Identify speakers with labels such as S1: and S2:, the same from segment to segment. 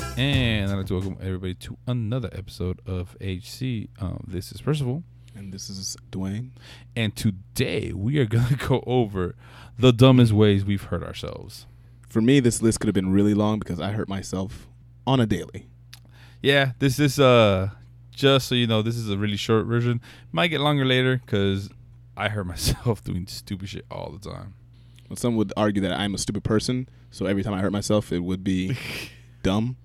S1: like to welcome everybody to another episode of HC. Um, this is Percival,
S2: And this is Dwayne.
S1: and today we are gonna go over the dumbest ways we've hurt ourselves.
S2: For me, this list could have been really long because I hurt myself on a daily.
S1: Yeah, this is uh just so you know, this is a really short version. Might get longer later because I hurt myself doing stupid shit all the time.
S2: But Some would argue that I'm a stupid person, so every time I hurt myself, it would be dumb.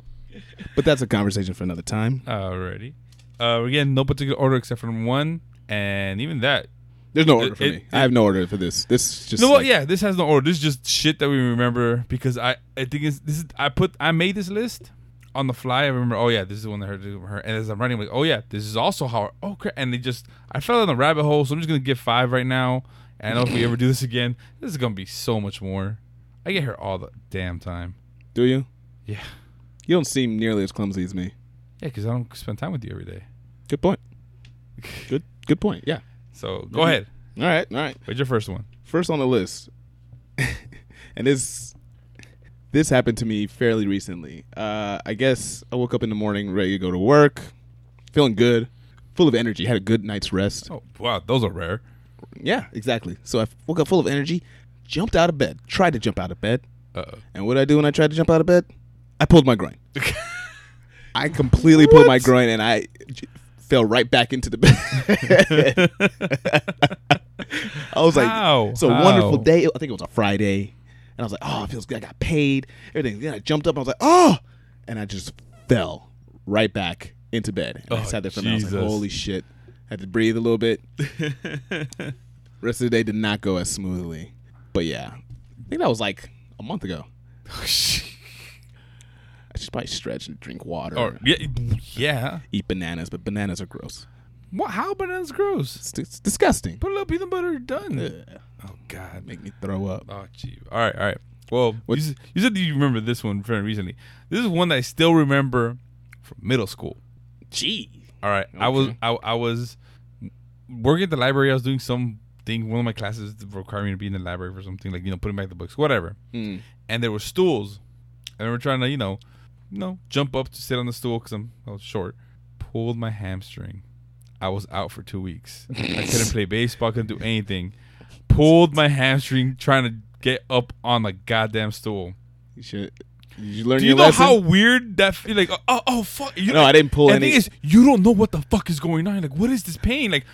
S2: But that's a conversation for another time.
S1: Alrighty. Uh, again, no particular order except for one, and even that
S2: There's no order for
S1: It-
S2: me.
S1: it-
S2: I have no order for this. This is just
S1: no, well,
S2: like-
S1: yeah, this has no order. This is just shit that we remember because I, I think it's this is I put I made this list on the fly. I remember, oh yeah, this is the one that heard her. And as I'm writing, I'm like, oh yeah, this is also how. Oh crap! And they just I fell down the rabbit hole. So I'm just gonna give five right now. And I don't know if we ever do this again, this is gonna be so much more. I get here all the damn time.
S2: Do you?
S1: Yeah,
S2: You don't seem nearly as clumsy as me.
S1: yeah, because I don't spend time with you every day.
S2: Good point. Good. Good point. Yeah.
S1: So go ahead.
S2: All right. All right.
S1: What's your first one?
S2: First on the list, and this this happened to me fairly recently. Uh, I guess I woke up in the morning ready to go to work, feeling good, full of energy. Had a good night's rest.
S1: Oh wow, those are rare.
S2: Yeah, exactly. So I woke up full of energy, jumped out of bed, tried to jump out of bed,
S1: Uh
S2: and what did I do when I tried to jump out of bed? I pulled my groin. I completely pulled my groin, and I j- fell right back into the bed. I was like,
S1: How?
S2: it's a
S1: How?
S2: wonderful day. I think it was a Friday. And I was like, oh, it feels good. I got paid. Everything. Then I jumped up. I was like, oh. And I just fell right back into bed. And I
S1: Oh,
S2: sat there for a minute. I was like,
S1: Jesus.
S2: holy shit. had to breathe a little bit. Rest of the day did not go as smoothly. But yeah, I think that was like a month ago. I should probably stretch and drink water.
S1: or yeah, yeah.
S2: eat bananas, but bananas are gross.
S1: What? How bananas gross?
S2: It's, it's disgusting.
S1: Put a little peanut butter, done.
S2: Ugh,
S1: Oh God.
S2: make me throw up.
S1: Oh gee. All right, all right. Well, you, s- you said you remember this one very recently. This is one that I still remember from middle school.
S2: Gee.
S1: All right, I was
S2: Okay.
S1: I, I was working at the library. I was doing something. One of my classes required me to be in the library for something like you know putting back the books, whatever.
S2: Mm.
S1: And there were stools, and we were trying to you know, you know, jump up to sit on the stool because I'm I was short. Pulled my hamstring. I was out for two weeks. I couldn't play baseball. Couldn't do anything. Pulled my hamstring trying to get up on the goddamn stool.
S2: You should. Did you learn
S1: Do
S2: your
S1: you know
S2: lesson?
S1: how weird that feel? Like, oh, oh, fuck. You
S2: no, I didn't pull
S1: and the
S2: any.
S1: thing is, you don't know what the fuck is going on. Like, what is this pain? Like,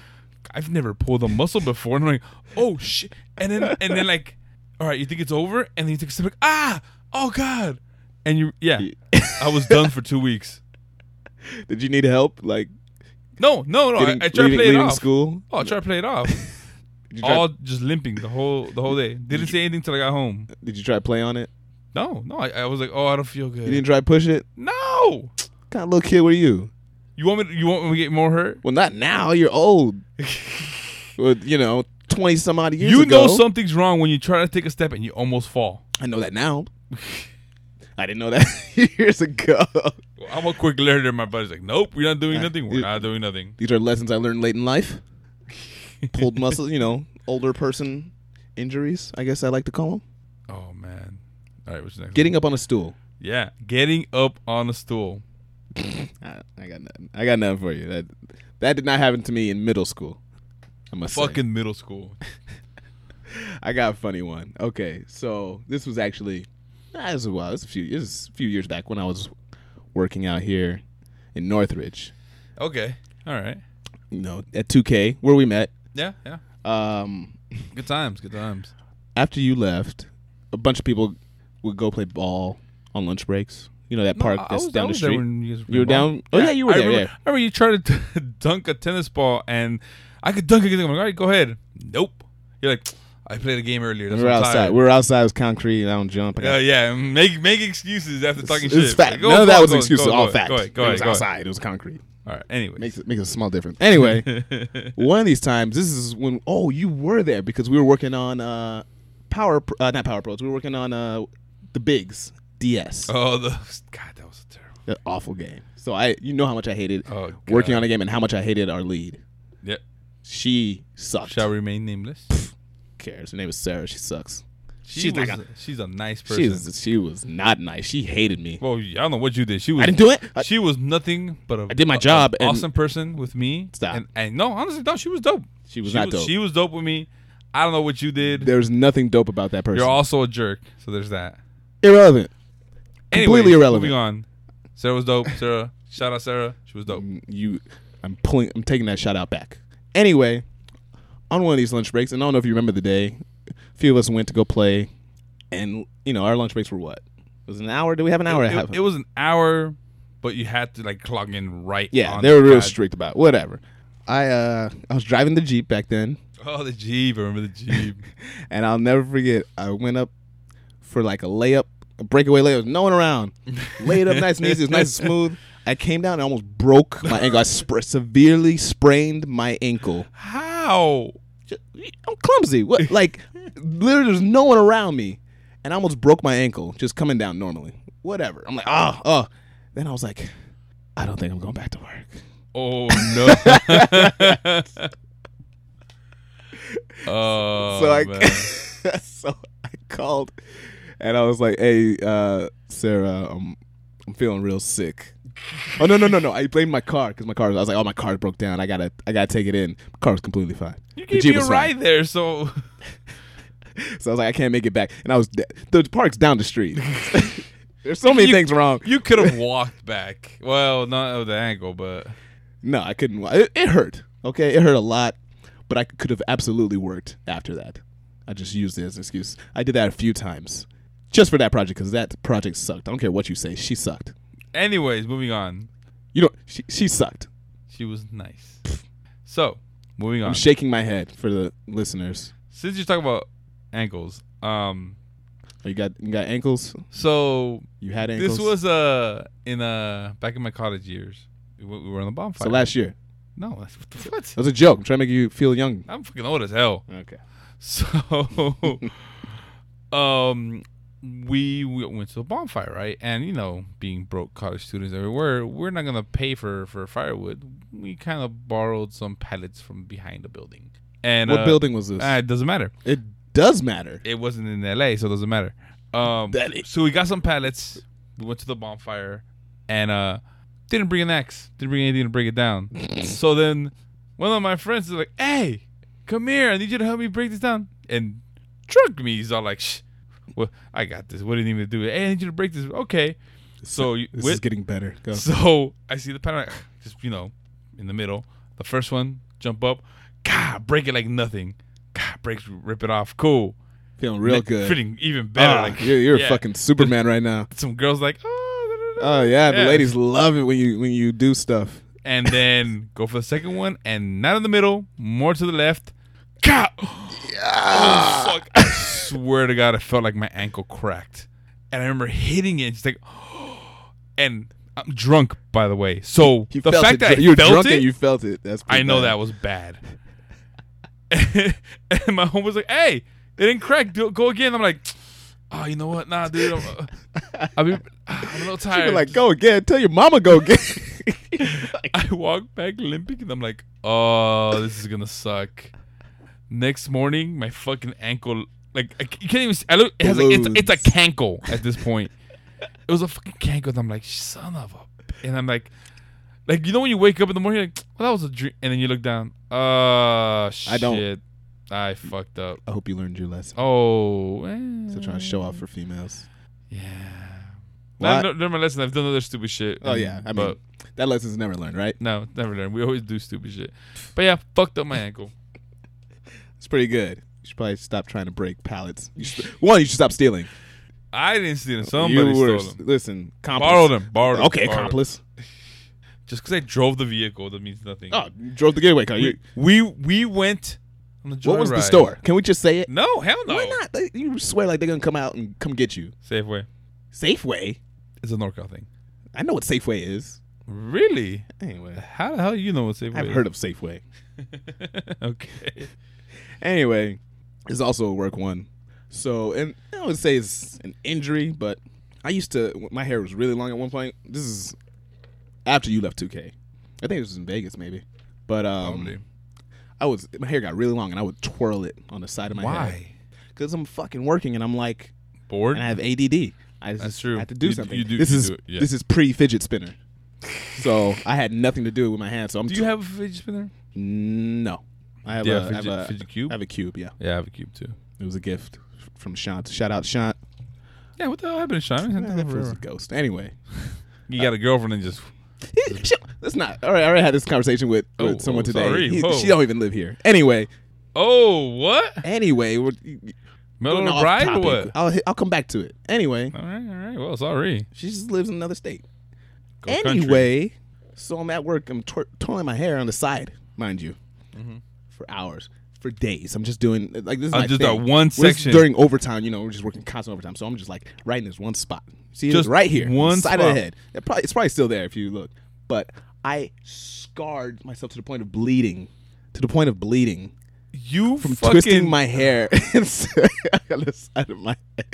S1: I've never pulled a muscle before, and I'm like, oh shit. And then, and then, like, all right, you think it's over, and then you take a step, like, ah, oh god. And you, yeah, I was done for two weeks.
S2: Did you need help? Like,
S1: No, no, no. I,
S2: getting-
S1: I tried to
S2: leaving,
S1: play it
S2: leaving
S1: off.
S2: school?
S1: Oh, I tried to play it off.
S2: Did you, try,
S1: All just limping the whole the whole day. Didn't say anything till I got home.
S2: did you try to play on it?
S1: No, no. I, I was like, oh, I don't feel
S2: You
S1: good.
S2: didn't try to push it?
S1: No.
S2: What kind of little kid were you?
S1: You want me? To, you want me to get more hurt?
S2: Well, not now. You're old. well, you know, 20 some odd years
S1: you
S2: ago.
S1: know something's wrong when you try to take a step and you almost fall.
S2: I know that now. I didn't know that years ago.
S1: Well, I'm a quick learner. My buddy's like, nope, we're not doing
S2: Uh,
S1: nothing. We're
S2: it-
S1: not doing nothing.
S2: These are lessons I learned late in life. Pulled muscles, you know, older person injuries, I guess I like to call them.
S1: Oh man. All right, what's the next?
S2: Getting up on a stool.
S1: one? yeah, getting up on a stool.
S2: I, I got nothing. I got nothing for you. That that did not happen to me in middle school. I must say.
S1: Fucking middle school.
S2: I got a funny one. Okay, so this was actually ah, this was a while. This was a few this was a few years back when I was working out here in Northridge.
S1: Okay. All right.
S2: You know, at 2K where we met.
S1: Yeah, yeah.
S2: Um,
S1: Good times. Good times.
S2: after you left, a bunch of people would go play ball on lunch breaks. You know that park that's down the street.
S1: you, guys
S2: You were
S1: playing
S2: down-
S1: ball.
S2: oh, yeah, you were
S1: I
S2: there,
S1: Remember,
S2: yeah.
S1: I remember you tried to dunk a tennis ball, and I could dunk it. I'm like, all right, go ahead. Nope. You're like, I played a game earlier. That's
S2: we were
S1: why I'm
S2: outside.
S1: tired."
S2: We were outside. It was concrete. And I don't jump. I got-
S1: Yeah, yeah. Make make excuses after talking
S2: it's
S1: shit.
S2: fact.
S1: Go-
S2: None of
S1: go-
S2: that was
S1: go-
S2: excuses.
S1: go- go
S2: all
S1: ahead,
S2: fact.
S1: Go ahead. Go
S2: it
S1: ahead.
S2: was
S1: go ahead.
S2: outside. It was concrete.
S1: All right. Anyway.
S2: Makes it makes a small difference. Anyway, one of these times, this is when oh you were there because we were working on uh power Pro- uh, not power pros. We were working on uh the bigs DS.
S1: Oh, the God, that was terrible.
S2: That awful game. So I you know how much I hated
S1: Oh, God.
S2: working on a game and how much I hated our lead.
S1: Yep.
S2: She sucked.
S1: Shall remain nameless.
S2: cares. Her name is Sarah. She sucks.
S1: She
S2: She's
S1: was,
S2: like a-
S1: she's a nice person.
S2: She was she was not nice. She hated me.
S1: well, I don't know what you did. She was.
S2: I didn't do it. I-
S1: she was nothing but a.
S2: I did my
S1: a-
S2: job
S1: a
S2: and-
S1: awesome person with me.
S2: Stop.
S1: And, and no, honestly, no. She was dope.
S2: She was not dope.
S1: She was dope with me. I don't know what you did.
S2: There's nothing dope about that person.
S1: You're also a jerk. So there's that.
S2: irrelevant.
S1: Anyways,
S2: Completely irrelevant.
S1: Moving on. Sarah was dope. Sarah, shout out Sarah. She was dope.
S2: You, I'm pulling. I'm taking that shot out back. Anyway, on one of these lunch breaks, and I don't know if you remember the day, a few of us went to go play, and you know our lunch breaks were what? It was an hour. Did we have an hour? and a half?
S1: It, it was an hour, but you had to like clog in right.
S2: yeah,
S1: on
S2: they were
S1: the
S2: real
S1: pad.
S2: strict about it. whatever. I uh, I was driving the jeep back then,
S1: Oh, the Jeep. I remember the Jeep.
S2: and I'll never forget. I went up for like a layup, a breakaway layup. No one around. Laid up nice and easy. It was nice and smooth. I came down and almost broke my ankle. I sp- severely sprained my ankle.
S1: How?
S2: Ju- I'm clumsy. What? Like, literally, there's no one around me, and I almost broke my ankle just coming down normally. Whatever. I'm like, oh, oh. Then I was like, I don't think I'm going back to work.
S1: Oh no. oh,
S2: so I,
S1: man.
S2: so I called, and I was like, "Hey, uh, Sarah, I'm I'm feeling real sick." oh no no no no! I blamed my car because my car. I was like, "Oh, my car broke down. I gotta I gotta take it in." My car was completely fine.
S1: you
S2: The
S1: gave
S2: Jeep
S1: me a
S2: was
S1: ride
S2: fine.
S1: there, so
S2: So I was like, "I can't make it back," and I was de- the park's down the street. There's so many
S1: You-
S2: things wrong.
S1: you could have walked back. Well, not with the ankle, but
S2: No, I couldn't. wa- It, it hurt. Okay, it hurt a lot, but I could have absolutely worked after that. I just used it as an excuse. I did that a few times, just for that project because that project sucked. I don't care what you say, she sucked.
S1: anyways, moving on.
S2: You know, she she sucked.
S1: She was nice. So, moving on.
S2: I'm shaking my head for the listeners.
S1: Since you're talking about ankles, um,
S2: Oh, you got you got ankles.
S1: so
S2: You had ankles.
S1: this was uh in uh back in my college years. We, were- we were on the bonfire.
S2: so last year.
S1: no, that's, what the what?
S2: That was a joke. I'm trying to make you feel young.
S1: I'm fucking old as hell.
S2: Okay.
S1: So, um, we, we went to a bonfire, right? And you know, being broke college students that we were, we're not gonna pay for for firewood. We kind of borrowed some pellets from behind a building. And
S2: what
S1: uh,
S2: building was this?
S1: ah, it doesn't matter.
S2: it does matter.
S1: It wasn't in L.A., so it doesn't matter. Um,
S2: That is-
S1: so we got some pallets. We went to the bonfire, and uh, didn't bring an axe. Didn't bring anything to break it down. so then, one of my friends is like, "Hey, come here! I need you to help me break this down." And drunk me. He's all like, Shh, "Well, I got this. What do you need me to do? Hey, I need you to break this." Okay. So you-
S2: This is
S1: with,
S2: getting better. Go.
S1: so I see the pattern, just you know, in the middle. The first one, jump up, God, break it like nothing. God, breaks, rip it off. Cool.
S2: Feeling real
S1: Like,
S2: good.
S1: Feeling even better.
S2: Ah,
S1: like
S2: you're you're
S1: yeah.
S2: a fucking Superman right now.
S1: Some girls like, oh, da, da, da,"
S2: Oh yeah, the
S1: Yeah.
S2: ladies love it when you when you do stuff.
S1: and then go for the second one, and not in the middle, more to the left. God, oh, fuck! I swear to God, I felt like my ankle cracked, and I remember hitting it. Just like, and I'm drunk, by the way. So the fact
S2: it,
S1: that I
S2: you were
S1: felt
S2: drunk
S1: it,
S2: and you felt it. That's
S1: I
S2: pretty
S1: know
S2: bad.
S1: that was bad. and my home was like, "Hey, it didn't crack. Do, go again." I'm like, "Oh, you know what? Nah, dude. I'm, uh, I mean, I'm a little
S2: You
S1: tired."
S2: were like, go again. Tell your mama go again.
S1: I walk back limping, and I'm like, "Oh, this is gonna suck." Next morning, my fucking ankle, like I, c- you can't even. See, I look. It has like, it's, it's a cankle at this point. it was a fucking cankle, and I'm like, "Son of a," and I'm like. Like you know when you wake up in the morning, you're like well that was a dream, and then you look down. Uh, shit.
S2: I don't.
S1: I fucked up.
S2: I hope you learned your lesson.
S1: Oh,
S2: So trying to show off for females.
S1: Yeah.
S2: Well, I-
S1: Well, learned my lesson. I've done other stupid shit.
S2: Oh
S1: and-
S2: yeah, I mean
S1: Mm, but
S2: that lesson's never learned, right?
S1: no, never learned. We always do stupid shit. But yeah, fucked up my ankle.
S2: It's pretty good. You should probably stop trying to break pallets. You should, one, you should stop stealing.
S1: I didn't steal them. Somebody
S2: you were,
S1: stole them.
S2: Listen, accomplice.
S1: Borrowed them. Borrowed them.
S2: Okay,
S1: borrowed 'em.
S2: accomplice.
S1: Just because I drove the vehicle, that means nothing.
S2: Oh, you drove the getaway car. You,
S1: we, we we went on the
S2: what was
S1: joyride.
S2: the store? Can we just say it?
S1: No, hell no.
S2: Why not? They- You swear like they're gonna come out and come get you.
S1: Safeway.
S2: Safeway.
S1: It's a NorCal thing.
S2: I know what Safeway is.
S1: Really?
S2: Anyway,
S1: How the hell do you know what Safeway
S2: I've
S1: is?
S2: heard of Safeway.
S1: okay.
S2: Anyway, it's also a work one. So, and I would say it's an injury, but I used to, my hair was really long at one point. This is after you left 2K. I think it was in Vegas, maybe. But um,
S1: Probably.
S2: I was, my hair got really long and I would twirl it on the side of my head.
S1: Why?
S2: because I'm fucking working and I'm like,
S1: Bored.
S2: and I have ADD. I just
S1: That's true.
S2: Have to do
S1: You-
S2: something.
S1: you do-
S2: this
S1: you
S2: is
S1: do it, yeah.
S2: this is pre fidget spinner. so I had nothing to do with my hands. So I'm
S1: Do you have a fidget spinner?
S2: no. I have,
S1: Do you
S2: a,
S1: have a
S2: I have
S1: fidget-
S2: a-
S1: fidget cube?
S2: I have a cube. Yeah,
S1: Yeah, I have a cube too.
S2: it was a gift from Shant. Shout out Shant.
S1: Yeah, what the hell happened to Shine?
S2: Eh, That was a ghost. Anyway,
S1: You got a girlfriend and just
S2: That's not. All right, I already had this conversation with, with
S1: Oh,
S2: someone
S1: oh,
S2: today.
S1: sorry.
S2: He-
S1: Whoa.
S2: she don't even live here. Anyway,
S1: oh what?
S2: anyway, we're,
S1: Mellow
S2: going off
S1: bride or
S2: topic.
S1: Oh, what?
S2: I'll hit- I'll come back to it. Anyway,
S1: All right, all right. Well, sorry.
S2: she just lives in another state.
S1: Go country.
S2: anyway, so I'm at work. I'm twir- twirling my hair on the side, mind you, for hours, for days. I'm just doing like this. Is
S1: Mm-hmm. Oh,
S2: my
S1: just
S2: thing.
S1: that one
S2: We're just
S1: section.
S2: during overtime. You know, we're just working constant overtime. So I'm just like right in this one spot. See, it's
S1: Just
S2: right here,
S1: one
S2: side of
S1: spot.
S2: the head. It probably, it's probably still there if you look. But I scarred myself to the point of bleeding, to the point of bleeding
S1: you
S2: from
S1: fucking
S2: twisting my hair on the side of my head.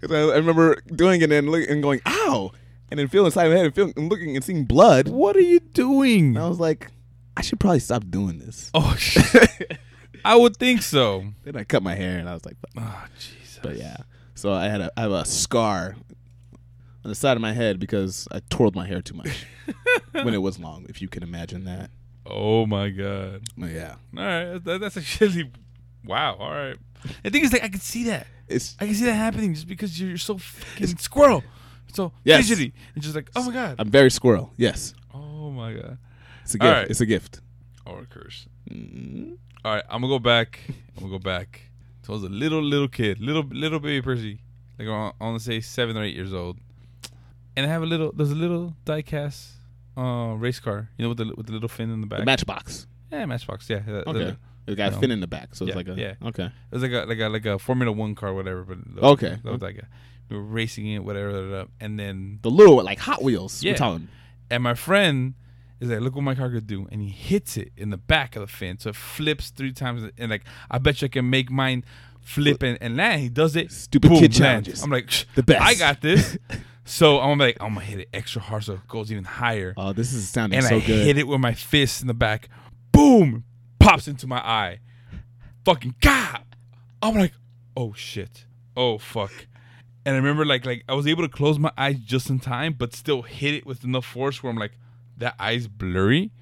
S2: Because I, I remember doing it and, look, and going, ow! And then feeling inside my head and, feeling, and looking and seeing blood. And
S1: What are you doing?
S2: I was like, I should probably stop doing this.
S1: Oh, shit. I would think so.
S2: Then I cut my hair and I was like, but,
S1: Oh, Jesus.
S2: but yeah. So I had a, I have a scar on the side of my head because I twirled my hair too much when it was long, if you can imagine that.
S1: Oh my God.
S2: But yeah.
S1: All right, that, that's actually wow. All right. The thing is, like, I can see that.
S2: It's,
S1: I can see that happening just because you're so fucking squirrel, so
S2: Yes.
S1: fidgety, and just like, oh my god,
S2: I'm very squirrel. Yes.
S1: oh my god,
S2: It's a
S1: All
S2: gift.
S1: right.
S2: It's a gift.
S1: or a curse.
S2: Mm.
S1: All right, I'm gonna go back. I'm gonna go back. So I was a little little kid, little little baby Percy, like I want to say seven or eight years old, and I have a little. There's a little diecast uh, race car, you know, with the with the little fin in the back.
S2: The matchbox.
S1: yeah, Matchbox. Yeah. that- that-
S2: Okay.
S1: that-
S2: It's got
S1: you know.
S2: fin in the back, so it's
S1: Yeah,
S2: like a
S1: yeah.
S2: okay.
S1: It was like a like a like a Formula One car, whatever. But that
S2: Okay.
S1: that was like a, we were racing it, whatever, da, da, da. and then
S2: The little like Hot Wheels.
S1: Yeah.
S2: We're talking.
S1: And my friend is like, look what my car could do. And he hits it in the back of the fin. So it flips three times. And like, I bet you I can make mine flip and, and land. He does it.
S2: Stupid kid
S1: lands.
S2: challenges.
S1: I'm like, "Shh,
S2: The best.
S1: I got this. so I'm like, I'm going to hit it extra hard so it goes even higher.
S2: Oh, this is sounding
S1: and
S2: so
S1: I
S2: good.
S1: hit it with my fist in the back. Boom! Pops into my eye. Fucking God! I'm like, oh shit. Oh fuck. And I remember like like I was able to close my eyes just in time, but still hit it with enough force where I'm like, that eye's blurry.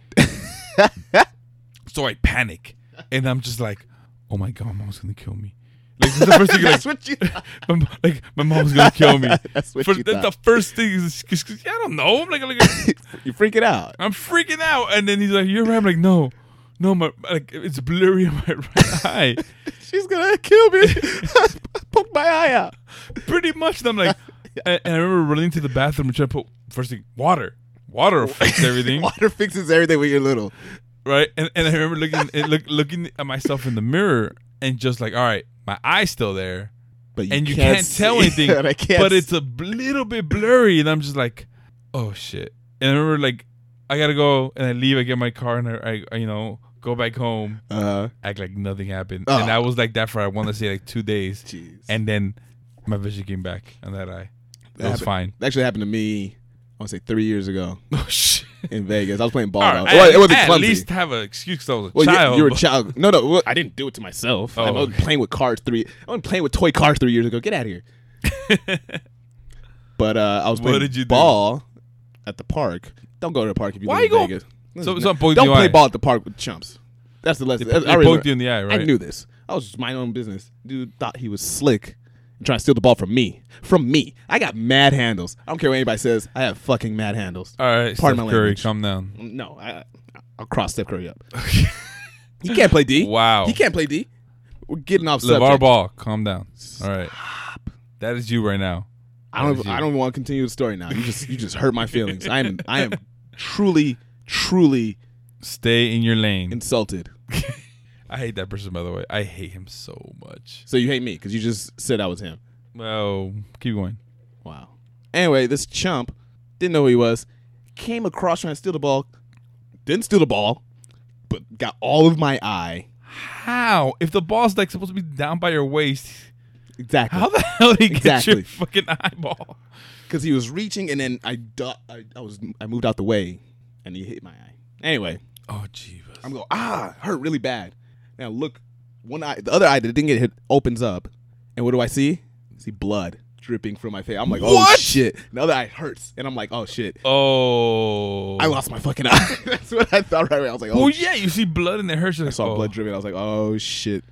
S1: so I panic. And I'm just like, oh my god, my mom's gonna kill me. Like this is the first thing like,
S2: That's what you. Thought.
S1: my, mo- like my mom's gonna kill me.
S2: That's what
S1: For-
S2: you
S1: that's the
S2: thought.
S1: first thing is 'cause- 'cause I don't know. I'm like, like
S2: you freak it out.
S1: I'm freaking out. And then he's like, You're right. I'm like, No, no, my like it's blurry in my right eye.
S2: She's gonna kill me. I poked my eye out.
S1: Pretty much. And I'm like, and, and I remember running to the bathroom and trying to put first thing, water. Water will fix everything.
S2: Water fixes everything when you're little.
S1: right? And, and I remember looking and look, looking at myself in the mirror and just like, All right, my eye's still there.
S2: But you
S1: And you can't, tell
S2: see-
S1: anything.
S2: and I can't
S1: but
S2: see.
S1: it's a b- little bit blurry. And I'm just like, Oh shit. And I remember like, I gotta go and I leave. I get my car and I, I you know, go back home.
S2: Uh,
S1: act like nothing happened.
S2: Oh.
S1: And I was like that for I want to say like two days,
S2: jeez.
S1: and then my vision came back and that eye. It
S2: That
S1: was
S2: happened-
S1: fine.
S2: That actually happened to me. I want to say three years ago
S1: Oh shit!
S2: in Vegas. I was playing ball.
S1: All
S2: though.
S1: right,
S2: Well,
S1: I-
S2: it wasn't
S1: I at
S2: clumsy.
S1: least have an excuse because I was a
S2: Well,
S1: child.
S2: you, are a
S1: but-
S2: child. No, no. Well, I didn't do it to myself. I
S1: Oh,
S2: was
S1: okay.
S2: playing with cars three. I was playing with toy cars three years ago. Get out of here. but uh, I was
S1: What
S2: playing
S1: did you do?
S2: ball at the park. Don't go to the park if you
S1: Why
S2: live
S1: you
S2: in
S1: go-
S2: Vegas.
S1: So- so I poked
S2: don't
S1: you
S2: play
S1: eye.
S2: ball at the park with chumps. That's the lesson. That's- I,
S1: It
S2: already
S1: poked you in the eye,
S2: learned.
S1: right?
S2: I knew this. I was just my own business. Dude thought he was slick. and Trying to steal the ball from me. From me. I got mad handles. I don't care what anybody says. I have fucking mad handles.
S1: All right,
S2: Pardon
S1: Steph
S2: my
S1: Curry,
S2: language.
S1: calm down.
S2: No, I, I'll cross Steph Curry up. he can't play D.
S1: Wow.
S2: He can't play D. We're getting off
S1: Oh. Levar
S2: subject.
S1: Ball, calm down. All right, that is you right now.
S2: I don't.
S1: That is
S2: I
S1: you.
S2: don't even want to continue the story now. You just. You just hurt my feelings. I am. I am truly, truly
S1: Stay in your lane.
S2: insulted.
S1: I hate that person, by the way. I hate him so much.
S2: So you hate me because you just said I was him.
S1: Well, keep going.
S2: Wow. Anyway, this chump didn't know who he was. Came across trying to steal the ball. Didn't steal the ball, but got all of my eye.
S1: How? If the ball's like supposed to be down by your waist,
S2: Exactly.
S1: how the hell did he get
S2: Exactly.
S1: your fucking eyeball?
S2: because he was reaching, and then I, du- I, I was, I moved out the way, and he hit my eye. Anyway,
S1: Oh, jeebus.
S2: I'm going, ah, it hurt really bad. Now look one eye, the other eye that didn't get hit opens up, and what do I see? I see blood dripping from my face. I'm like, oh
S1: What?
S2: shit. The other eye hurts, and I'm like, oh shit.
S1: Oh.
S2: I lost my fucking eye. That's what I thought right away. I was like, oh,
S1: Well, yeah, you see blood and it hurts. You're
S2: I
S1: like,
S2: saw
S1: oh.
S2: blood dripping. I was like, oh shit.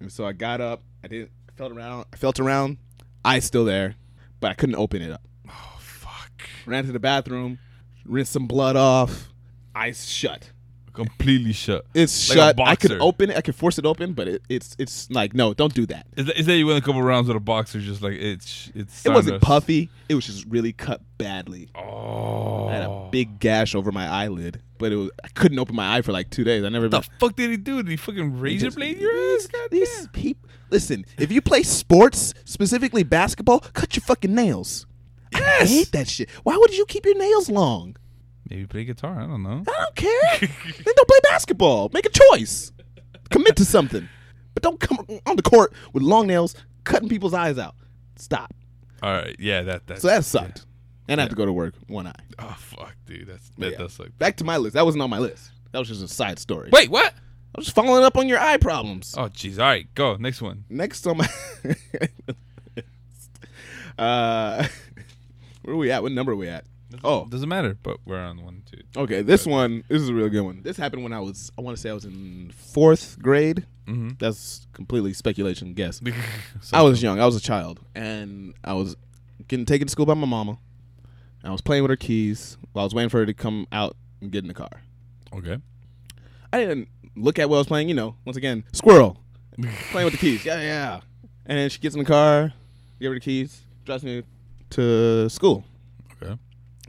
S2: And so I got up. I didn't. I felt around. I felt around. Eye's still there, but I couldn't open it up.
S1: Oh, fuck.
S2: Ran to the bathroom, rinsed some blood off. Eyes shut.
S1: Completely shut.
S2: It's
S1: Like a
S2: shut. I could
S1: boxer.
S2: open it. I could force it open, but it, it's it's like no, don't do that.
S1: Is that, is that you went a couple rounds with a boxer, just like it's it's.
S2: It wasn't
S1: Saunders.
S2: puffy. It was just really cut badly.
S1: Oh.
S2: I had a big gash over my eyelid, but it was I couldn't open my eye for like two days. I never.
S1: What the fuck did he do? Did he fucking razor
S2: Just-
S1: blade your ass?
S2: these- These people. Listen, if you play sports, specifically basketball, cut your fucking nails. I
S1: Yes.
S2: hate that shit. Why would you keep your nails long?
S1: Maybe play guitar. I don't know.
S2: I don't care. then don't play basketball. Make a choice. Commit to something. But don't come on the court with long nails cutting people's eyes out. Stop.
S1: All right. Yeah. That that.
S2: So that sucked. And I have to go to work one eye.
S1: oh fuck, dude. That's that
S2: Yeah.
S1: does suck.
S2: Back to my list. That wasn't on my list. That was just a side story.
S1: Wait, what?
S2: I was just following up on your eye problems.
S1: Oh jeez. All right, go next one.
S2: Next on my uh where are we at? What number are we at? Oh,
S1: Doesn't matter, but we're on one two.
S2: okay. This one, this is a real good one. This happened when I was, I want to say I was in fourth grade.
S1: Mhm.
S2: That's completely speculation, guess.
S1: so,
S2: I was young. I was a child, and I was getting taken to school by my mama. And I was playing with her keys while I was waiting for her to come out and get in the car.
S1: okay.
S2: I didn't look at what I was playing. You know, once again, squirrel playing with the keys. Yeah, yeah. And then she gets in the car, give her the keys, drives me to school.
S1: Okay.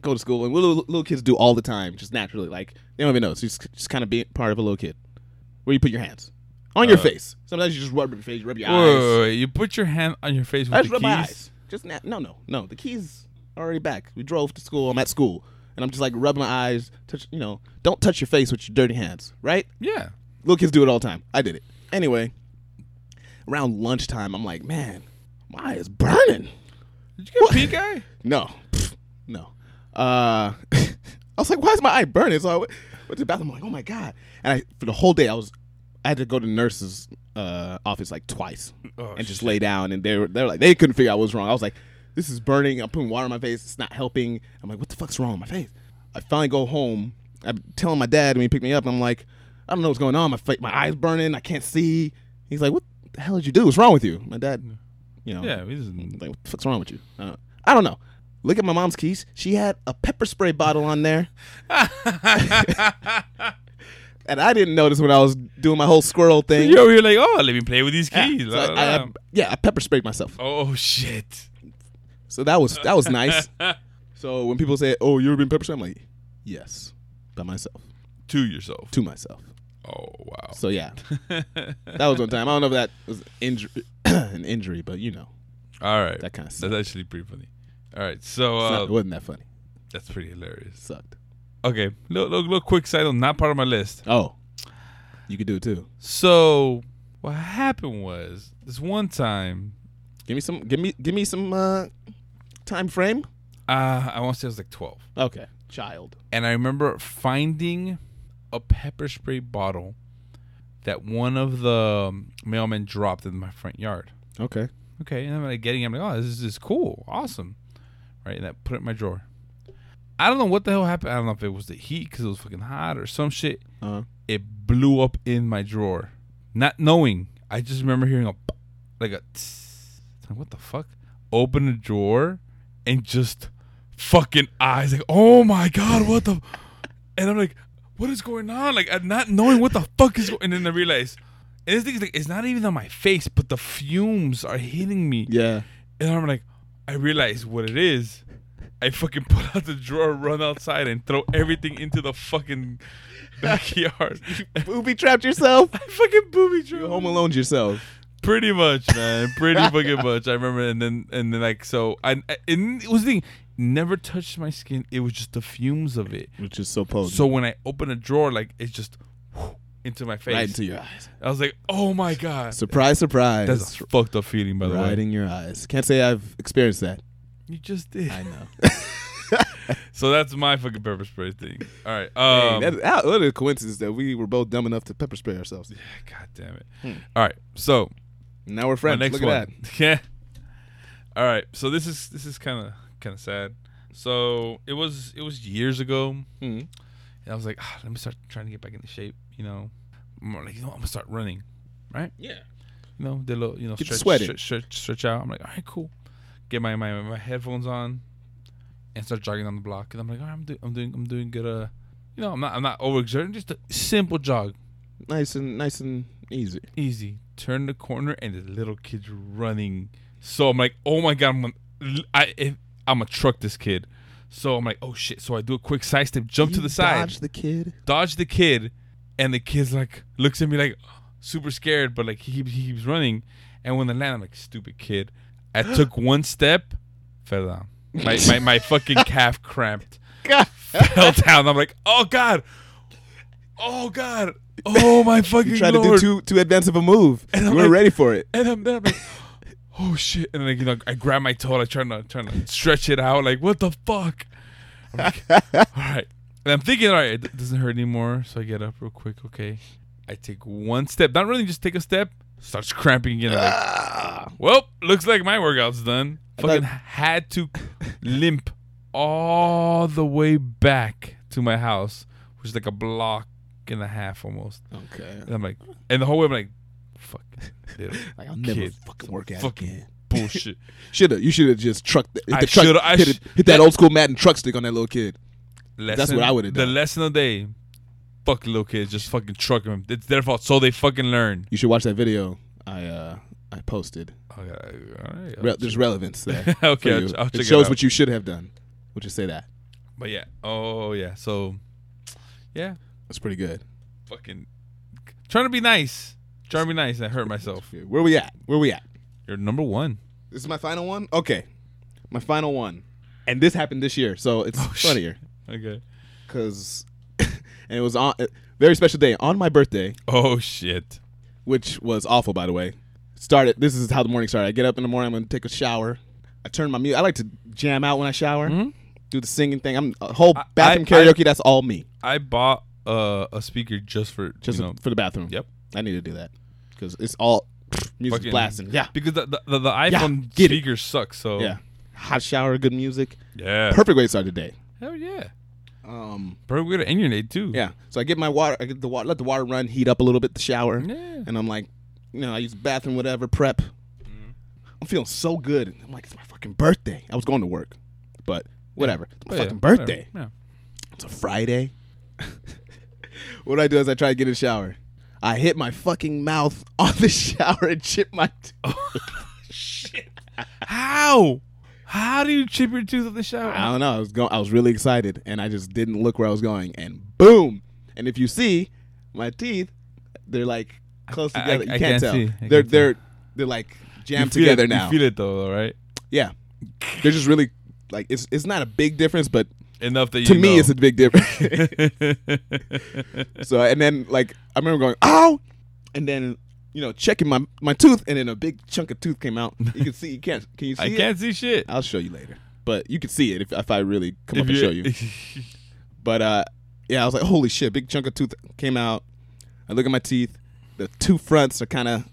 S2: Go to school, and what little, little kids do all the time, just naturally, like they don't even know. It's just, just kind of being part of a little kid, where you put your hands on your
S1: Uh,
S2: face. Sometimes you just rub your face, you rub your
S1: Wait, wait,
S2: eyes.
S1: wait, wait, You put your hand on your face with
S2: I just
S1: the
S2: rubbed my
S1: keys.
S2: eyes. Just na- no, no, no. The keys are already back. We drove to school. I'm at school, and I'm just like rubbing my eyes. Touch, you know, don't touch your face with your dirty hands, right?
S1: Yeah.
S2: Little kids do it all the time. I did it anyway. Around lunchtime, I'm like, man, my eye is burning.
S1: Did you get pink eye?
S2: No, Pfft, no. Uh, I was like, why is my eye burning? So I went, went to the bathroom. I'm like, oh my god. And I, for the whole day, I was, I had to go to the nurse's uh, office like twice
S1: Oh,
S2: and just lay down. And they were, they were like, they couldn't figure out what was wrong. I was like, this is burning. I'm putting water on my face. It's not helping. I'm like, what the fuck's wrong with my face? I finally go home. I'm telling my dad when he picked me up. I'm like, I don't know what's going on. My fa- my eyes burning. I can't see. He's like, what the hell did you do? What's wrong with you? My dad, you know,
S1: Yeah. We just,
S2: like, what the fuck's wrong with you? I don't, I don't know. Look at my mom's keys. She had a pepper spray bottle on there. and I didn't notice when I was doing my whole squirrel thing.
S1: yo, you're like, oh, let me play with these keys.
S2: Ah, So I- I- I- yeah, I pepper sprayed myself.
S1: oh shit.
S2: So that was that was nice. so when people say, "Oh, you're being pepper sprayed," I'm like, "Yes, by myself,
S1: to yourself.
S2: to myself."
S1: Oh wow.
S2: So yeah, that was one time. I don't know if that was injury, an injury, but you know,
S1: All right.
S2: that kind of sucked.
S1: That's actually pretty funny. All right. So
S2: It's not- it
S1: uh,
S2: wasn't that funny.
S1: that's pretty hilarious.
S2: It sucked.
S1: Okay, look, look, look, quick side note, not part of my list.
S2: Oh, you could do it too.
S1: So, what happened was this one time,
S2: Give me some. Give me. Give me some. Uh, time frame.
S1: uh, I want to say I was like 12,
S2: Okay. Child.
S1: and I remember finding a pepper spray bottle that one of the um, mailmen dropped in my front yard.
S2: Okay.
S1: Okay, and I'm like getting, it, I'm like, oh, this is cool, awesome, right? And I put it in my drawer. I don't know what the hell happened. I don't know if it was the heat because it was fucking hot or some shit.
S2: Uh.
S1: it blew up in my drawer. Not knowing. I just remember hearing a pop, like a tss. It's like, what the fuck? Open the drawer and just fucking eyes like, oh my god, what the and I'm like, what is going on? Like I'm not knowing what the fuck is going and then I realize and this thing is like it's not even on my face, but the fumes are hitting me.
S2: Yeah.
S1: And I'm like, I realize what it is. I fucking pull out the drawer, run outside, and throw everything into the fucking backyard.
S2: Booby trapped yourself.
S1: I fucking booby
S2: You
S1: drew.
S2: home alone yourself.
S1: Pretty much, man. Pretty fucking much. I remember, and then and then like so, I, I and it was the thing. Never touched my skin. It was just the fumes of it.
S2: Which is so potent.
S1: So when I open a drawer, like it's just whoosh, into my face.
S2: right into your eyes.
S1: I was like, oh my god.
S2: Surprise, surprise.
S1: That's a fucked up feeling, by the
S2: right
S1: way.
S2: in your eyes. Can't say I've experienced that.
S1: You just did.
S2: know.
S1: so that's my fucking pepper spray thing. All right.
S2: Dang,
S1: Um,
S2: that, ah, what a coincidence that we were both dumb enough to pepper spray ourselves.
S1: God damn it. All right. So my
S2: Now we're Hmm. friends.
S1: next
S2: Look
S1: one.
S2: at that.
S1: Yeah. All right. So this is this is kind of kind of sad. So it was it was years ago.
S2: Mhm.
S1: And I was like, ah, let me start trying to get back into shape. You know, I'm like, you know, what, I'm gonna start running.
S2: Yeah.
S1: You know, did a little, you know,
S2: Get
S1: stretch,
S2: sweaty.
S1: stretch, stretch, stretch out. I'm like, all right, cool. Get my, my my headphones on, and start jogging on the block. And I'm like, all right, I'm doing, I'm doing, I'm doing good. Uh, you know, I'm not, I'm not overexerting. Just a simple jog,
S2: Nice and nice and easy.
S1: easy. Turn the corner, and the little kid's running. So I'm like, oh my god, I'm gonna, I, if, I'm gonna truck this kid. So I'm like, oh shit. So I do a quick side step, jump to
S2: You
S1: the side,
S2: Dodge the kid.
S1: dodge the kid, and the kid's like looks at me like super scared, but like he keeps, he keeps running, and when I land, I'm like stupid kid. I took one step, fell down. My my, my fucking calf cramped,
S2: God.
S1: fell down. I'm like, oh god, oh god, oh my fucking
S2: You tried to do
S1: lord.
S2: too too advanced of a move.
S1: And
S2: You
S1: I'm
S2: weren't
S1: like-
S2: ready for it.
S1: and I'm, then I'm like, oh shit, and like you know, I grab my toe, like trying to trying to stretch it out, like what the fuck. All right. And I'm thinking, all right, it doesn't hurt anymore. So I get up real quick. Okay. I take one step, not really just take a step, starts cramping again. I'm like,
S2: Ah.
S1: well, looks like my workout's done.
S2: thought-
S1: Fucking had to limp all the way back to my house, which is like a block and a half almost.
S2: Okay.
S1: And I'm like, and the whole way I'm like, fuck, little
S2: Like I'll never
S1: Kid.
S2: fucking work out
S1: Fucking
S2: again.
S1: bullshit.
S2: Should have. You should have just trucked. The, hit
S1: I
S2: the truck,
S1: shoulda- I
S2: hit,
S1: sh-
S2: it- hit that
S1: that-
S2: old school Madden truck stick on that little kid.
S1: lesson,
S2: That's what I would've
S1: The
S2: done.
S1: lesson of the day, fuck little kids, just fucking truck them. It's their fault, so they fucking learn.
S2: You should watch that video. I uh I posted.
S1: Okay, all right.
S2: Re- there's relevance there.
S1: okay, I'll,
S2: for
S1: ch-
S2: you.
S1: I'll check
S2: it shows
S1: out.
S2: what you should have done. Would you say that?
S1: But yeah, oh yeah, so yeah,
S2: That's pretty good.
S1: fucking trying to be nice, trying to be nice. I hurt myself.
S2: Where we at? Where we at?
S1: You're number one.
S2: This is my final one. Okay, my final one. And this happened this year, so it's
S1: shit.
S2: funnier
S1: Okay.
S2: because, and it was on a very special day on my birthday,
S1: Oh shit.
S2: which was awful by the way. Started. This is how the morning started. I get up in the morning. I'm gonna take a shower. I turn my music. I like to jam out when I shower. Do the singing thing. I'm a whole
S1: Mm-hmm. I-
S2: bathroom
S1: I- I-
S2: karaoke. that's all me.
S1: I bought uh, a speaker just for
S2: Just
S1: just you know,
S2: for the bathroom.
S1: Yep.
S2: I need to do that because it's all music
S1: Fucking-
S2: blasting. Yeah.
S1: because the the, the, the iPhone
S2: get it.
S1: speakers suck. So
S2: Yeah. Hot shower, good music.
S1: Oh. yeah.
S2: Perfect way to start the day.
S1: Hell yeah.
S2: Um,
S1: Perfect way to end your day too.
S2: yeah. So I get my water. I get the water. Let the water run. Heat up a little bit. The shower.
S1: Yeah.
S2: And I'm like, you know, I use the bathroom, whatever. Prep.
S1: Mm-hmm.
S2: I'm feeling so good. I'm like, it's my fucking birthday. I was going to work, but whatever. It's my
S1: Oh, yeah.
S2: fucking birthday.
S1: Yeah.
S2: It's a Friday. what I do is I try to get in the shower. I hit my fucking mouth on the shower and chip my.
S1: Oh.
S2: tooth.
S1: How? How do you chip your tooth in the shower?
S2: I don't know. I was going. I was really excited, and I just didn't look where I was going, and boom! And if you see my teeth, they're like close
S1: I- I-
S2: together. you
S1: I can't
S2: can't, tell.
S1: see. I
S2: They're
S1: can't tell.
S2: they're they're like
S1: You
S2: jammed
S1: feel
S2: together
S1: it,
S2: now.
S1: You feel it though, right?
S2: Yeah, they're just really like it's it's not a big difference, but
S1: Enough that you
S2: to me
S1: know.
S2: it's a big difference. so and then like I remember going ow, and then you know checking my my tooth, and then a big chunk of tooth came out. You can see. You can't. Can you see
S1: I
S2: it?
S1: can't see shit.
S2: I'll show you later. But you can see it if, if I really come up and
S1: If
S2: show you. But uh, yeah, I was like, holy shit, big chunk of tooth came out. I look at my teeth. The two fronts are kind of,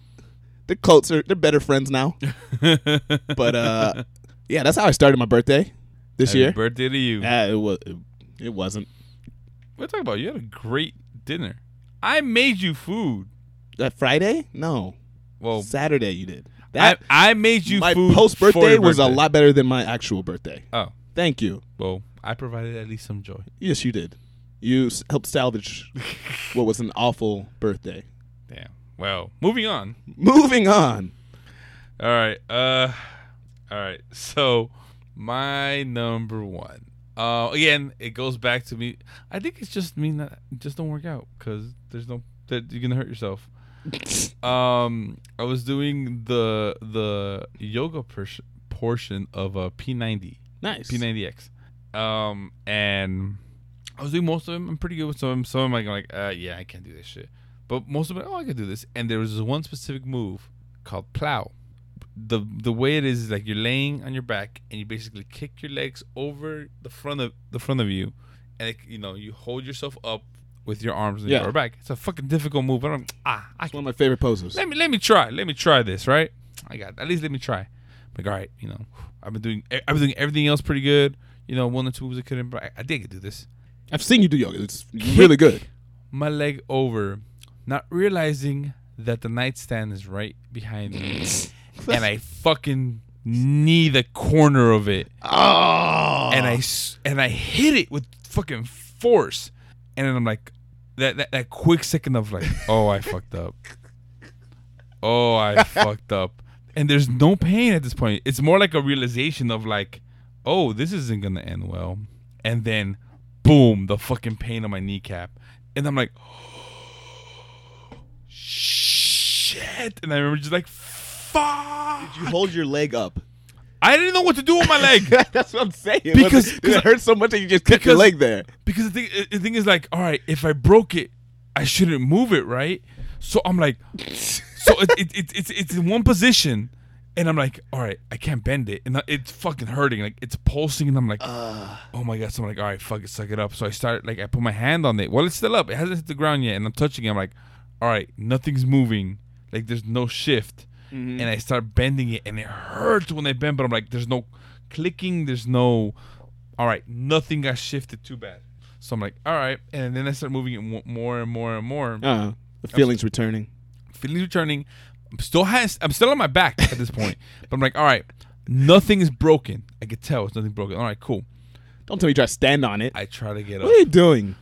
S2: they're closer. They're better friends now. But uh, yeah, that's how I started my birthday this
S1: Happy
S2: year.
S1: birthday to you.
S2: Yeah, it was. It, it wasn't.
S1: We're talking about you had a great dinner. I made you food.
S2: That Uh, Friday? No, Oh.
S1: Well,
S2: Saturday you did. That
S1: I, I made you
S2: my
S1: food.
S2: post
S1: for
S2: birthday
S1: your
S2: was a
S1: birthday.
S2: lot better than my actual birthday.
S1: Oh,
S2: Thank you.
S1: well, I provided at least some joy.
S2: Yes, you did. You s- helped salvage what was an awful birthday.
S1: Damn. Well, moving on.
S2: Moving on.
S1: All right. Uh, all right. So my number one. Uh, again, it goes back to me. I think it's just me not just don't work out because there's no that you're gonna hurt yourself. Um, I was doing the the yoga pers- portion of a P90
S2: Nice.
S1: P90X, um, and I was doing most of them. I'm pretty good with some of them. Some of them like I'm like uh, yeah, I can't do this shit, but most of it oh I can do this. And there was this one specific move called plow. the the way it is is like you're laying on your back and you basically kick your legs over the front of the front of you, and it, you know you hold yourself up with your arms and
S2: Yeah.
S1: your back. It's a fucking difficult move. But I'm ah, I
S2: It's one of my favorite poses.
S1: let me let me try. Let me try this, right? I got at least let me try. Like, all right, you know, I've been doing e, I've been doing everything else pretty good. You know, one or two moves I couldn't, but I, I did do this.
S2: I've seen you do yoga. It's really good.
S1: My leg over, not realizing that the nightstand is right behind me, and I fucking knee the corner of it,
S2: Oh.
S1: and I s- and I hit it with fucking force, and then I'm like, that that, that quick second of like, oh I fucked up, oh I fucked up, and there's no pain at this point. It's more like a realization of like, oh this isn't gonna end well, and then, boom, the fucking pain on my kneecap, and I'm like, shit, and I remember just like, fuck,
S2: You hold your leg up.
S1: I didn't know what to do with my leg.
S2: That's what I'm saying.
S1: Because-
S2: Because it hurt so much that you just kept your
S1: because-
S2: leg there.
S1: Because the thing, the thing is like, all right, if I broke it, I shouldn't move it, right? So I'm like, so it, it, it, it's it's in one position, and I'm like, all right, I can't bend it, and it's fucking hurting, like it's pulsing, and I'm like, oh my god, so I'm like, all right, fuck it, suck it up. So I start like I put my hand on it. Well, it's still up, it hasn't hit the ground yet, and I'm touching it. I'm like, all right, nothing's moving, like there's no shift, and I start bending it, and it hurts when I bend, but I'm like, there's no clicking, there's no all right, nothing got shifted too bad. So I'm like, all right, and then I start moving it mo- more and more and more.
S2: Uh, the feelings returning.
S1: Feelings returning. I'm still has, I'm still on my back at this point, but I'm like, all right, nothing is broken. I could tell it's nothing broken. All right, cool.
S2: Don't tell me you try to stand on it.
S1: I try to get up.
S2: What are you doing?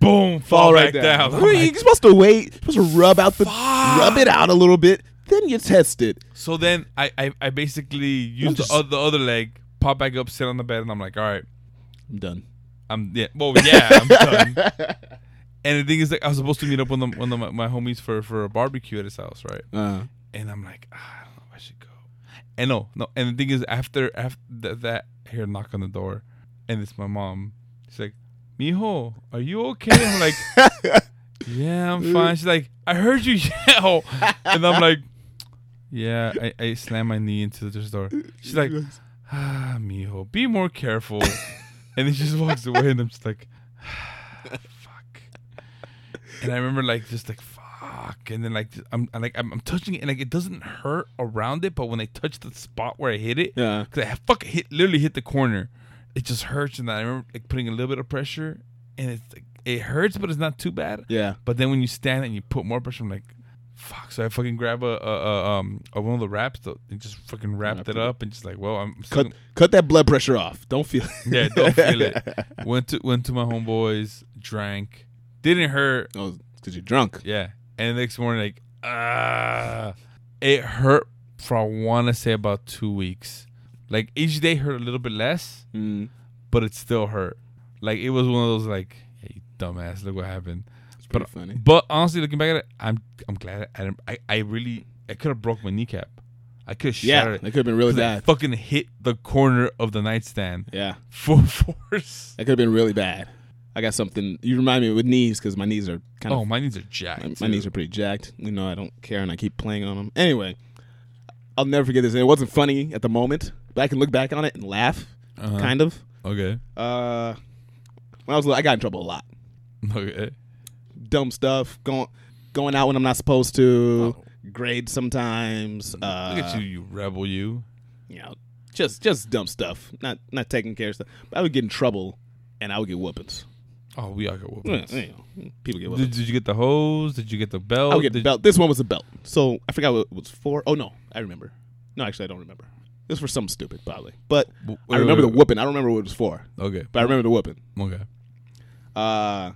S1: Boom, fall, right down. I'm
S2: What are you-
S1: like-
S2: you're supposed to wait. You're supposed to rub out the,
S1: Fuck.
S2: rub it out a little bit. Then you test it.
S1: so then I, I, I basically use
S2: just-
S1: the, other, the other leg, pop back up, sit on the bed, and I'm like, all right,
S2: I'm done.
S1: I'm yeah. Well, yeah, I'm done. And the thing is, like, I was supposed to meet up with one of, one of my, my homies for, for a barbecue at his house, right?
S2: Uh,
S1: and I'm like, ah, I don't know if I should go. And no, no. And the thing is, after after th- that, I hear a knock on the door, and it's my mom. She's like, "Mijo, are you okay?" I'm like, "Yeah, I'm fine." She's like, "I heard you yell," and I'm like, "Yeah." I, I slam my knee into this door. She's like, "Ah, Mijo, be more careful." and then she just walks away, and I'm just like, "Ah, "Fuck." And I remember like just like fuck, and then like just- I'm I'm, like I'm, I'm touching it, and like it doesn't hurt around it, but when I touch the spot where I hit it,
S2: yeah.
S1: because I fuck hit literally hit the corner, it just hurts, and I remember like putting a little bit of pressure, and it's like it hurts, but it's not too bad.
S2: Yeah.
S1: But then when you stand and you put more pressure, I'm like, fuck. So I fucking grab a, a, a um a, one of the wraps though, and just fucking wrapped
S2: Wrapped
S1: it
S2: it
S1: up, and just like, well, I'm still
S2: Cut cut that blood pressure off. Don't feel.
S1: yeah, don't feel it. Went to went to my homeboys, drank, didn't hurt.
S2: oh, because you're drunk.
S1: Yeah. And the next morning, like, ah, it hurt for I want to say about two weeks. Like each day hurt a little bit less,
S2: Mm.
S1: but it still hurt. Like it was one of those like, hey, you dumbass, look what happened.
S2: It's
S1: But- uh,
S2: pretty funny.
S1: But honestly, looking back at it, I'm I'm glad I didn't, I, I really I could have broke my kneecap. I could have
S2: Yeah,
S1: shattered
S2: that
S1: it.
S2: could have been really
S1: 'Cause I
S2: bad.
S1: fucking hit the corner of the nightstand
S2: Yeah,
S1: full force.
S2: that could have been really bad. I got something. You remind me with knees because my knees are kind of.
S1: Oh, my knees are jacked.
S2: my, my knees are pretty jacked. You know, I don't care, and I keep playing on them. Anyway, I'll never forget this. And it wasn't funny at the moment, but I can look back on it and laugh,
S1: uh
S2: kind of.
S1: Okay.
S2: Uh, when I was little, I got in trouble a lot.
S1: Okay.
S2: Dumb stuff. Going going out when I'm not supposed to. Grades sometimes. Uh,
S1: Oh. Look at you, you rebel, you.
S2: you know, just just dumb stuff. Not not taking care of stuff. But I would get in trouble, and I would get whoopings.
S1: Oh, we all got whoopings.
S2: Yeah, you know, people get
S1: Did,
S2: whoopings.
S1: did you get the hose? Did you get the belt?
S2: mm. I would get
S1: Did-
S2: belt. This one was a belt. So I forgot what it was for. Oh no, I remember. No, actually, I don't remember. This was for something stupid, probably. But
S1: W-
S2: I
S1: wait,
S2: remember
S1: wait,
S2: the whooping. I don't remember what it was for,
S1: Okay.
S2: but I remember the whooping.
S1: Okay.
S2: Uh,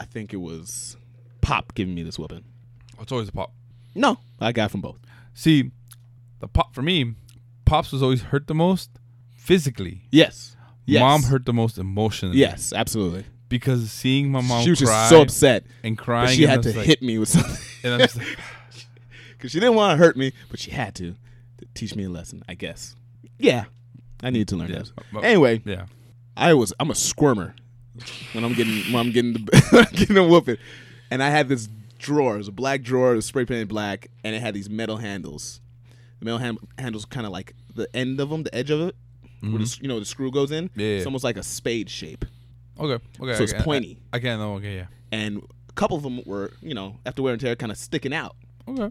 S2: I think it was Pop giving me this whooping.
S1: Oh, It's always a pop.
S2: No, I got it from both.
S1: See, the pop for me, pops was always hurt the most physically.
S2: Yes. Yes.
S1: Mom hurt the most emotionally.
S2: Yes, absolutely.
S1: Because seeing my mom
S2: she was
S1: cry
S2: just so upset,
S1: and
S2: but
S1: crying,
S2: she
S1: and I
S2: had
S1: was
S2: to
S1: like-
S2: hit me with something
S1: And I'm just like,
S2: because she didn't want to hurt me, but she had to, to teach me a lesson. I guess. Yeah, I need to learn
S1: yeah,
S2: that.
S1: but-
S2: Anyway,
S1: yeah.
S2: I was I'm a squirmer when I'm getting when I'm getting the, when I'm getting a whooping, and I had this drawer. It was a black drawer, it was spray painted black, and it had these metal handles The male hand, handle's kind of like the end of them, the edge of it, where the, s- you know the screw goes in.
S1: Mm-hmm. Yeah, yeah.
S2: It's almost like a spade shape,
S1: Okay. Okay.
S2: so it's
S1: okay, I-
S2: pointy.
S1: I, can't know. Okay. Yeah.
S2: and a couple of them were, you know, after wear and tear, kind of sticking out.
S1: Okay.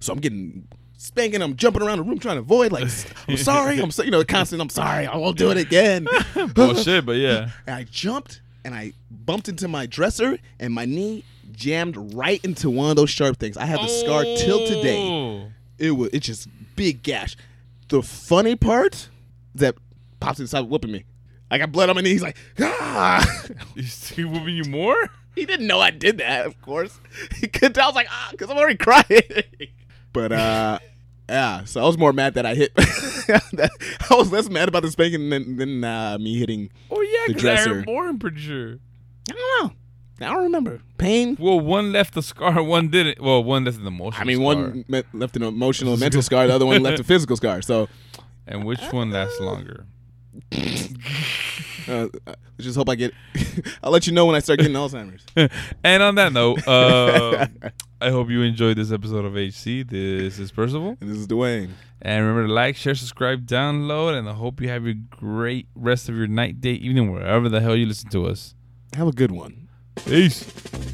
S2: So I'm getting spanking. I'm jumping around the room trying to avoid. Like, I'm sorry. I'm so, you know, constant. I'm sorry. I won't do it again.
S1: Oh shit! But yeah.
S2: and I jumped and I bumped into my dresser and my knee jammed right into one of those sharp things. I have the scar till today.
S1: Oh.
S2: It was it's just big gash. The funny part is that pops inside whipping me. I got blood on my knee. He's like, ah.
S1: Is he whooping you more?
S2: He didn't know I did that, of course. He could I was like, ah, because I'm already crying. But uh yeah, so I was more mad that I hit. I was less mad about the spanking than, than uh, me hitting.
S1: Oh yeah,
S2: The
S1: because I
S2: dresser.
S1: heard more. I'm pretty sure.
S2: I don't know. I don't remember pain.
S1: Well, one left a scar, one didn't. Well, one left an emotional.
S2: I mean,
S1: scar.
S2: one me- left an emotional, mental scar. The other one left a physical scar. So
S1: And which one lasts longer?
S2: uh, I just hope I get. I'll let you know when I start getting Alzheimer's.
S1: and on that note, uh, I hope you enjoyed this episode of HC. This is Percival.
S2: And this is Dwayne.
S1: And remember to like, share, subscribe, download, and I hope you have your great rest of your night, day, evening, wherever the hell you listen to us.
S2: Have a good one.
S1: Peace.